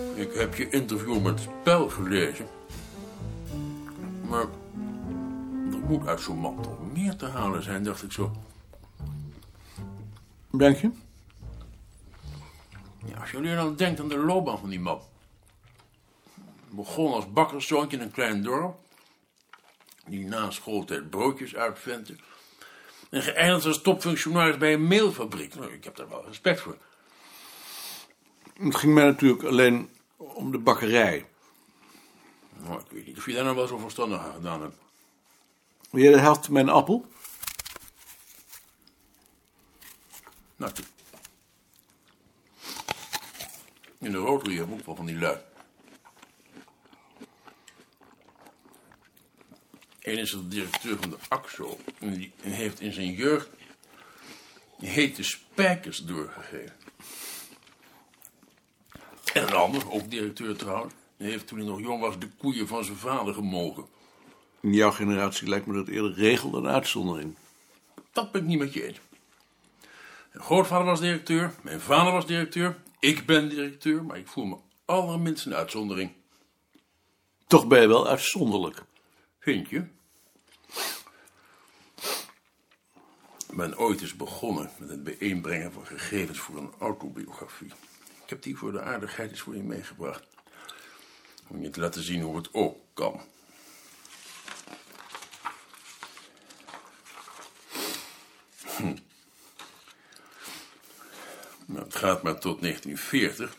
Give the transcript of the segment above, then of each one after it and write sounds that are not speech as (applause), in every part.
je interview met Spel gelezen. Maar er moet uit zo'n man toch meer te halen zijn, dacht ik zo. Denk je? Ja, als jullie dan denkt aan de loopbaan van die man. Begon als bakkerszoontje in een klein dorp. Die na schooltijd broodjes uitvente. En geëindigd als topfunctionaris bij een meelfabriek. Nou, ik heb daar wel respect voor. Het ging mij natuurlijk alleen om de bakkerij. Nou, ik weet niet of je daar nou wel zo verstandig aan gedaan hebt. Wil jij de helft van mijn appel? Nou, t- in de Rotary heb ik ook wel van die lui. Eén is de directeur van de AXO. En die heeft in zijn jeugd hete spijkers doorgegeven. En een ander, ook directeur trouwens, die heeft toen hij nog jong was de koeien van zijn vader gemogen. In jouw generatie lijkt me dat eerder regel dan uitzondering. Dat ben ik niet met je eens. Mijn grootvader was directeur, mijn vader was directeur, ik ben directeur, maar ik voel me allerminst een uitzondering. Toch ben je wel uitzonderlijk. Vind je? Ik ben ooit eens begonnen met het bijeenbrengen van gegevens voor een autobiografie. Ik heb die voor de aardigheid eens voor je meegebracht. Om je te laten zien hoe het ook kan. Hm. Nou, het gaat maar tot 1940.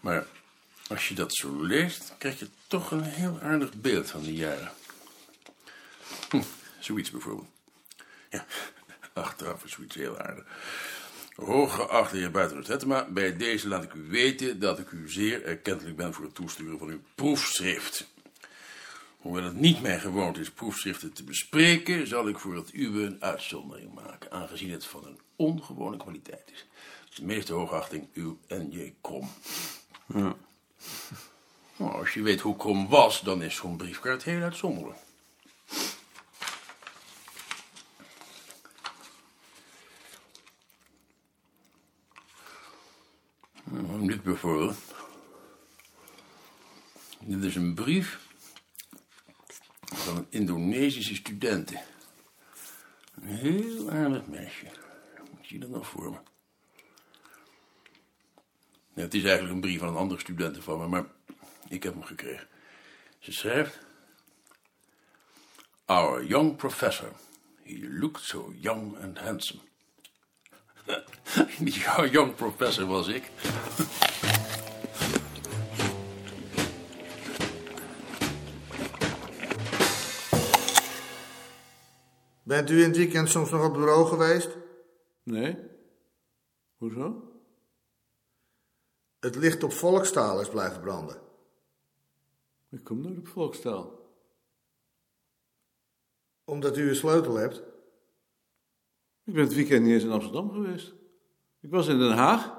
Maar als je dat zo leest, krijg je toch een heel aardig beeld van die jaren. Hm, zoiets bijvoorbeeld. Ja, (laughs) achteraf is zoiets heel aardig. Hooggeachte heer Buitenland Hettema, bij deze laat ik u weten dat ik u zeer erkentelijk ben voor het toesturen van uw proefschrift. Hoewel het niet mijn gewoonte is proefschriften te bespreken, zal ik voor het uwe een uitzondering maken, aangezien het van een ongewone kwaliteit is. De meeste hoogachting, uw N.J. Krom. Nou, als je weet hoe Krom was, dan is zo'n briefkaart heel uitzonderlijk. Nou, dit bijvoorbeeld. Dit is een brief van een Indonesische studenten. Een heel aardig meisje. Ik zie dat nog voor me. Ja, het is eigenlijk een brief van een andere studenten van me, maar ik heb hem gekregen. Ze schrijft... Our young professor. He looked so young and handsome. (laughs) Die young professor was ik. Bent u in het weekend soms nog op bureau geweest? Nee? Hoezo? Het licht op volkstaal is blijven branden. Ik kom nooit op volkstaal. Omdat u een sleutel hebt. Ik ben het weekend niet eens in Amsterdam geweest. Ik was in Den Haag.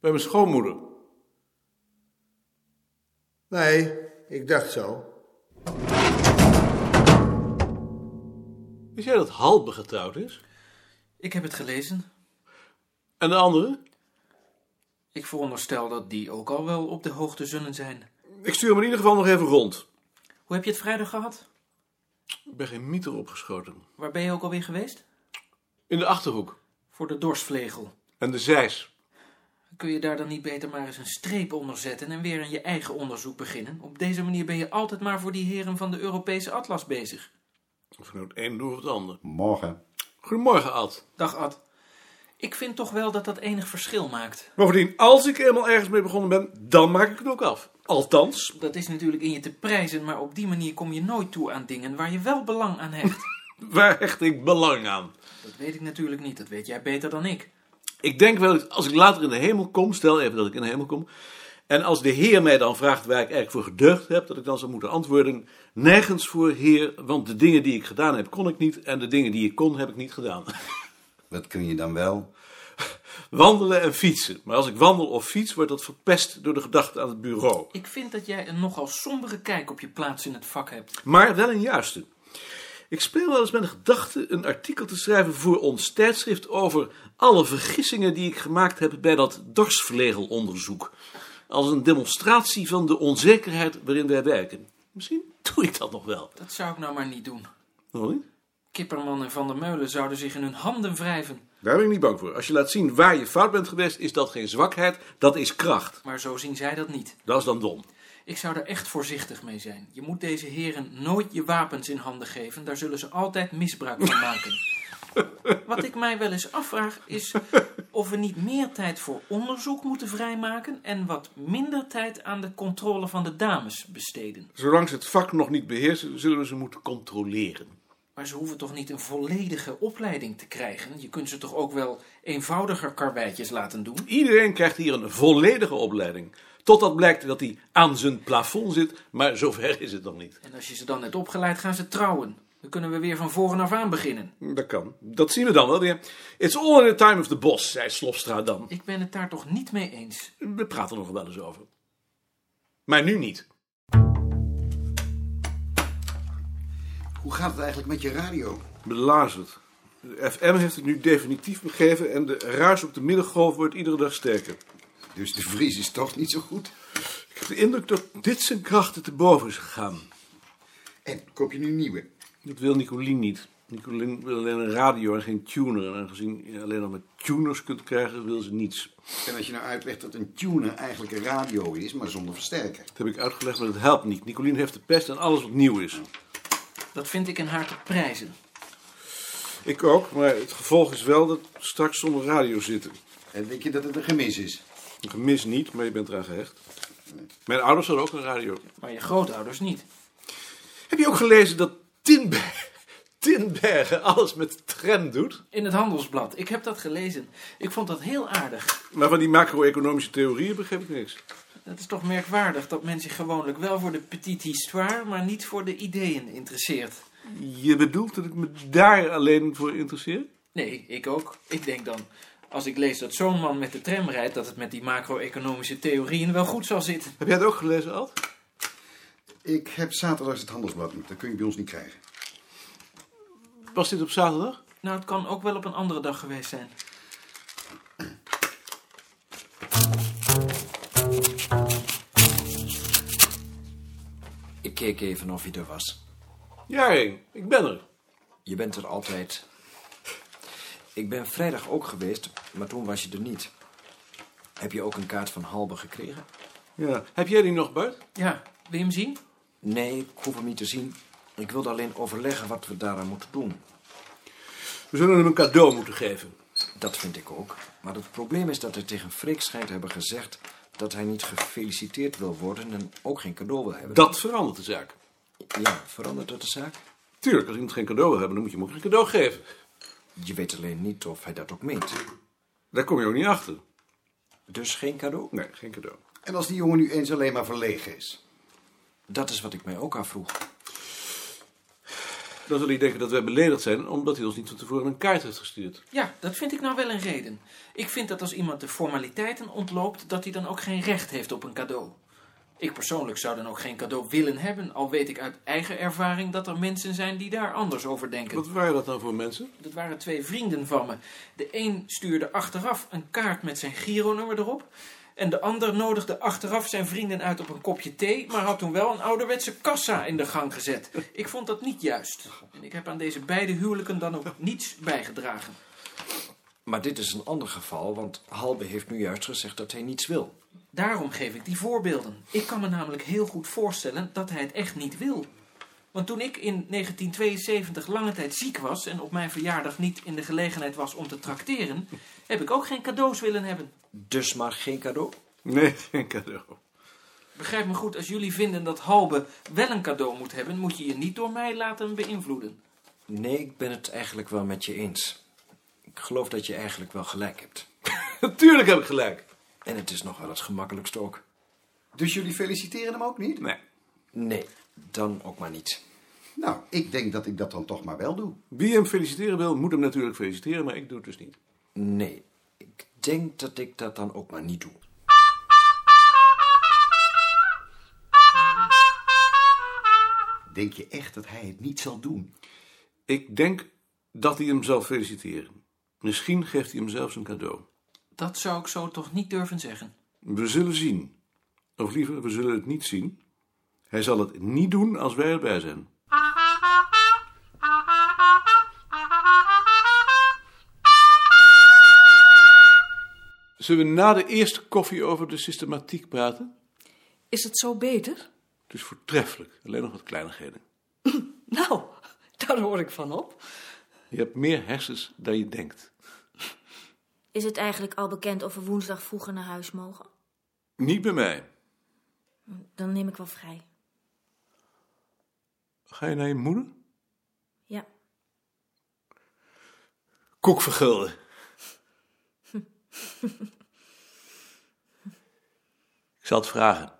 Bij mijn schoonmoeder. Nee, ik dacht zo. Wist jij dat Halbe getrouwd is? Ik heb het gelezen. En de andere? Ik veronderstel dat die ook al wel op de hoogte zullen zijn. Ik stuur hem in ieder geval nog even rond. Hoe heb je het vrijdag gehad? Ik ben geen mieter opgeschoten. Waar ben je ook alweer geweest? In de Achterhoek. Voor de dorsvlegel. En de Zeis. Kun je daar dan niet beter maar eens een streep onder zetten en weer aan je eigen onderzoek beginnen? Op deze manier ben je altijd maar voor die heren van de Europese Atlas bezig. Of nou het een door het ander. Morgen. Goedemorgen, Ad. Dag Ad. Ik vind toch wel dat dat enig verschil maakt. Bovendien, als ik eenmaal ergens mee begonnen ben, dan maak ik het ook af. Althans, Dat is natuurlijk in je te prijzen, maar op die manier kom je nooit toe aan dingen waar je wel belang aan hecht. waar hecht ik belang aan? Dat weet ik natuurlijk niet, dat weet jij beter dan ik. Ik denk wel, eens, als ik later in de hemel kom, stel even dat ik in de hemel kom, en als de Heer mij dan vraagt waar ik eigenlijk voor gedeugd heb, dat ik dan zou moeten antwoorden: nergens voor, Heer, want de dingen die ik gedaan heb, kon ik niet, en de dingen die ik kon, heb ik niet gedaan. (laughs) Wat kun je dan wel? Wandelen en fietsen. Maar als ik wandel of fiets, wordt dat verpest door de gedachte aan het bureau. Ik vind dat jij een nogal sombere kijk op je plaats in het vak hebt. Maar wel een juiste. Ik speel wel eens met de gedachte een artikel te schrijven voor ons tijdschrift over alle vergissingen die ik gemaakt heb bij dat dorsvlegelonderzoek. als een demonstratie van de onzekerheid waarin wij werken. Misschien doe ik dat nog wel. Dat zou ik nou maar niet doen. Waarom niet? Kipperman en Van der Meulen zouden zich in hun handen wrijven. Daar ben ik niet bang voor. Als je laat zien waar je fout bent geweest, is dat geen zwakheid, dat is kracht. Maar zo zien zij dat niet. Dat is dan dom. Ik zou daar echt voorzichtig mee zijn. Je moet deze heren nooit je wapens in handen geven. Daar zullen ze altijd misbruik van maken. Wat ik mij wel eens afvraag is of we niet meer tijd voor onderzoek moeten vrijmaken en wat minder tijd aan de controle van de dames besteden. Zolang ze het vak nog niet beheersen, zullen we ze moeten controleren. Maar ze hoeven toch niet een volledige opleiding te krijgen? Je kunt ze toch ook wel eenvoudiger karweitjes laten doen? Iedereen krijgt hier een volledige opleiding. Totdat blijkt dat hij aan zijn plafond zit, maar zover is het nog niet. En als je ze dan hebt opgeleid, gaan ze trouwen. Dan kunnen we weer van voren af aan beginnen. Dat kan. Dat zien we dan wel weer. It's all in the time of the boss, zei Slofstra dan. Ik ben het daar toch niet mee eens. We praten er nog wel eens over. Maar nu niet. Hoe gaat het eigenlijk met je radio? Belazerd. De FM heeft het nu definitief begeven en de ruis op de middengolf wordt iedere dag sterker. Dus de Vries is toch niet zo goed? Ik heb de indruk dat dit zijn krachten te boven is gegaan. En koop je nu nieuwe? Dat wil Nicolien niet. Nicolien wil alleen een radio en geen tuner. En aangezien je alleen nog met tuners kunt krijgen, wil ze niets. En als je nou uitlegt dat een tuner eigenlijk een radio is, maar zonder versterker. Dat heb ik uitgelegd, maar dat helpt niet. Nicolien heeft de pest aan alles wat nieuw is. Dat vind ik in haar te prijzen. Ik ook, maar het gevolg is wel dat we straks zonder radio zitten. En denk je dat het een gemis is? Een gemis niet, maar je bent eraan gehecht. Mijn ouders hadden ook een radio. Maar je grootouders niet. Heb je ook gelezen dat Tinbergen, (laughs) Tinbergen alles met de tram doet? In het handelsblad. Ik heb dat gelezen. Ik vond dat heel aardig. Maar van die macro-economische theorieën begreep ik niks. Het is toch merkwaardig dat men zich gewoonlijk wel voor de petite histoire, maar niet voor de ideeën interesseert. Je bedoelt dat ik me daar alleen voor interesseer? Nee, ik ook. Ik denk dan, als ik lees dat zo'n man met de tram rijdt, dat het met die macro-economische theorieën wel goed zal zitten. Heb jij het ook gelezen, Ad? Ik heb zaterdags het handelsblad niet. Dat kun je bij ons niet krijgen. Was dit op zaterdag? Nou, het kan ook wel op een andere dag geweest zijn. Ik keek even of je er was. Ja, Henk, ik ben er. Je bent er altijd. Ik ben vrijdag ook geweest, maar toen was je er niet. Heb je ook een kaart van Halbe gekregen? Ja. Heb jij die nog, Bart? Ja, wil je hem zien? Nee, ik hoef hem niet te zien. Ik wilde alleen overleggen wat we daaraan moeten doen. We zullen hem een cadeau moeten geven. Dat vind ik ook. Maar het probleem is dat hij tegen Freek schijnt te hebben gezegd dat hij niet gefeliciteerd wil worden en ook geen cadeau wil hebben. Dat verandert de zaak. Ja, verandert dat de zaak? Tuurlijk, als iemand geen cadeau wil hebben, dan moet je hem ook geen cadeau geven. Je weet alleen niet of hij dat ook meent. Daar kom je ook niet achter. Dus geen cadeau? Nee, geen cadeau. En als die jongen nu eens alleen maar verlegen is? Dat is wat ik mij ook afvroeg. Dan zal hij denken dat wij beledigd zijn omdat hij ons niet van tevoren een kaart heeft gestuurd. Ja, dat vind ik nou wel een reden. Ik vind dat als iemand de formaliteiten ontloopt, dat hij dan ook geen recht heeft op een cadeau. Ik persoonlijk zou dan ook geen cadeau willen hebben, al weet ik uit eigen ervaring dat er mensen zijn die daar anders over denken. Wat waren dat nou voor mensen? Dat waren twee vrienden van me. De een stuurde achteraf een kaart met zijn Giro-nummer erop. En de ander nodigde achteraf zijn vrienden uit op een kopje thee, maar had toen wel een ouderwetse kassa in de gang gezet. Ik vond dat niet juist. En ik heb aan deze beide huwelijken dan ook niets bijgedragen. Maar dit is een ander geval, want Halbe heeft nu juist gezegd dat hij niets wil. Daarom geef ik die voorbeelden. Ik kan me namelijk heel goed voorstellen dat hij het echt niet wil. Want toen ik in 1972 lange tijd ziek was en op mijn verjaardag niet in de gelegenheid was om te trakteren, heb ik ook geen cadeaus willen hebben. Dus maar geen cadeau? Nee, (laughs) geen cadeau. Begrijp me goed, als jullie vinden dat Halbe wel een cadeau moet hebben, moet je je niet door mij laten beïnvloeden. Nee, ik ben het eigenlijk wel met je eens. Ik geloof dat je eigenlijk wel gelijk hebt. Natuurlijk heb ik gelijk. En het is nog wel het gemakkelijkste ook. Dus jullie feliciteren hem ook niet? Nee. Nee, dan ook maar niet. Nou, ik denk dat ik dat dan toch maar wel doe. Wie hem feliciteren wil, moet hem natuurlijk feliciteren, maar ik doe het dus niet. Nee, ik denk dat ik dat dan ook maar niet doe. Denk je echt dat hij het niet zal doen? Ik denk dat hij hem zal feliciteren. Misschien geeft hij hem zelfs een cadeau. Dat zou ik zo toch niet durven zeggen. We zullen zien. Of liever, we zullen het niet zien. Hij zal het niet doen als wij erbij zijn. Zullen we na de eerste koffie over de systematiek praten? Is het zo beter? Het is voortreffelijk, alleen nog wat kleinigheden. (laughs) Nou, daar hoor ik van op. Je hebt meer hersens dan je denkt. Is het eigenlijk al bekend of we woensdag vroeger naar huis mogen? Niet bij mij. Dan neem ik wel vrij. Ga je naar je moeder? Ja. Koek vergulden. (laughs) Ik zal het vragen.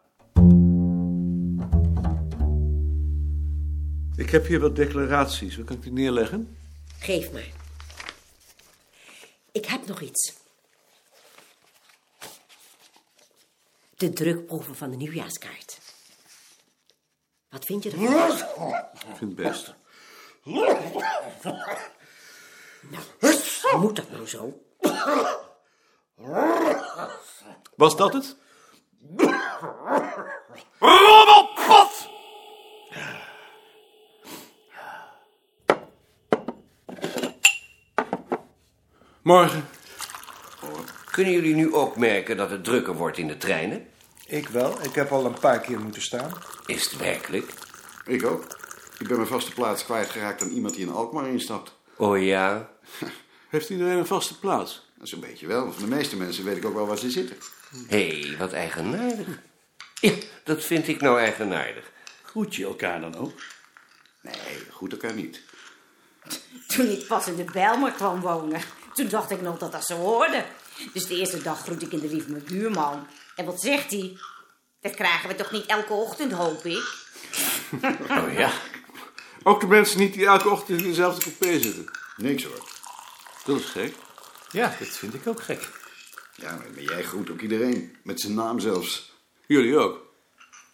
Ik heb hier wat declaraties. Waar kan ik die neerleggen? Geef maar. Ik heb nog iets. De drukproeven van de nieuwjaarskaart. Wat vind je ervan? Ik vind het best. Moet dat nou zo? Was dat het? Morgen. Kunnen jullie nu ook merken dat het drukker wordt in de treinen? Ik wel. Ik heb al een paar keer moeten staan. Is het werkelijk? Ik ook. Ik ben mijn vaste plaats kwijtgeraakt aan iemand die in Alkmaar instapt. Oh ja. Heeft iedereen een vaste plaats? Dat is een beetje wel. Van de meeste mensen weet ik ook wel waar ze zitten. Hé, hey, wat eigenaardig. Ja, dat vind ik nou eigenaardig. Groet je elkaar dan ook? Nee, goed elkaar niet. Toen ik pas in de Bijlmer kwam wonen, toen dacht ik nog dat dat zo hoorde. Dus de eerste dag groet ik in de lief mijn buurman. En wat zegt hij? Dat krijgen we toch niet elke ochtend, hoop ik? Oh ja. Ook de mensen niet die elke ochtend in dezelfde coupé zitten. Niks hoor. Dat is gek. Ja, dat vind ik ook gek. Ja, maar maar jij groet ook iedereen. Met zijn naam zelfs. Jullie ook.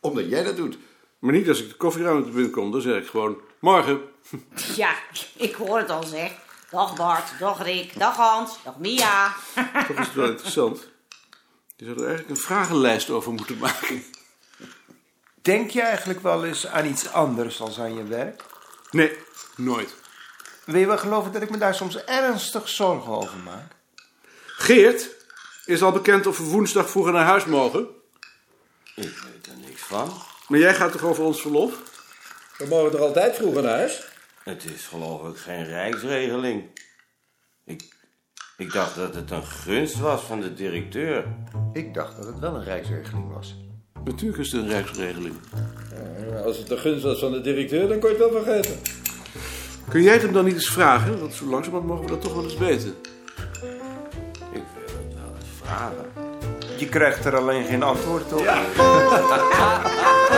Omdat jij dat doet. Maar niet als ik de koffieruimte binnenkom, dan zeg ik gewoon... Morgen. Ja, ik hoor het al zeg. Dag Bart, dag Rick, dag Hans, dag Mia. Toch is het wel interessant. Je zou er eigenlijk een vragenlijst over moeten maken. Denk je eigenlijk wel eens aan iets anders dan aan je werk? Nee, nooit. Wil je wel geloven dat ik me daar soms ernstig zorgen over maak? Geert, is al bekend of we woensdag vroeger naar huis mogen? Ik weet er niks van. Maar jij gaat toch over ons verlof? We mogen er altijd vroeger naar huis. Het is geloof ik geen rijksregeling. Ik, ik dacht dat het een gunst was van de directeur. Ik dacht dat het wel een rijksregeling was. Natuurlijk is het een rijksregeling. Nou, Als het de gunst was van de directeur, dan kon je het wel vergeten. Kun jij het hem dan niet eens vragen? Want zo langzamerhand mogen we dat toch wel eens weten. Ik wil het wel eens vragen. Je krijgt er alleen geen antwoord op. Hé,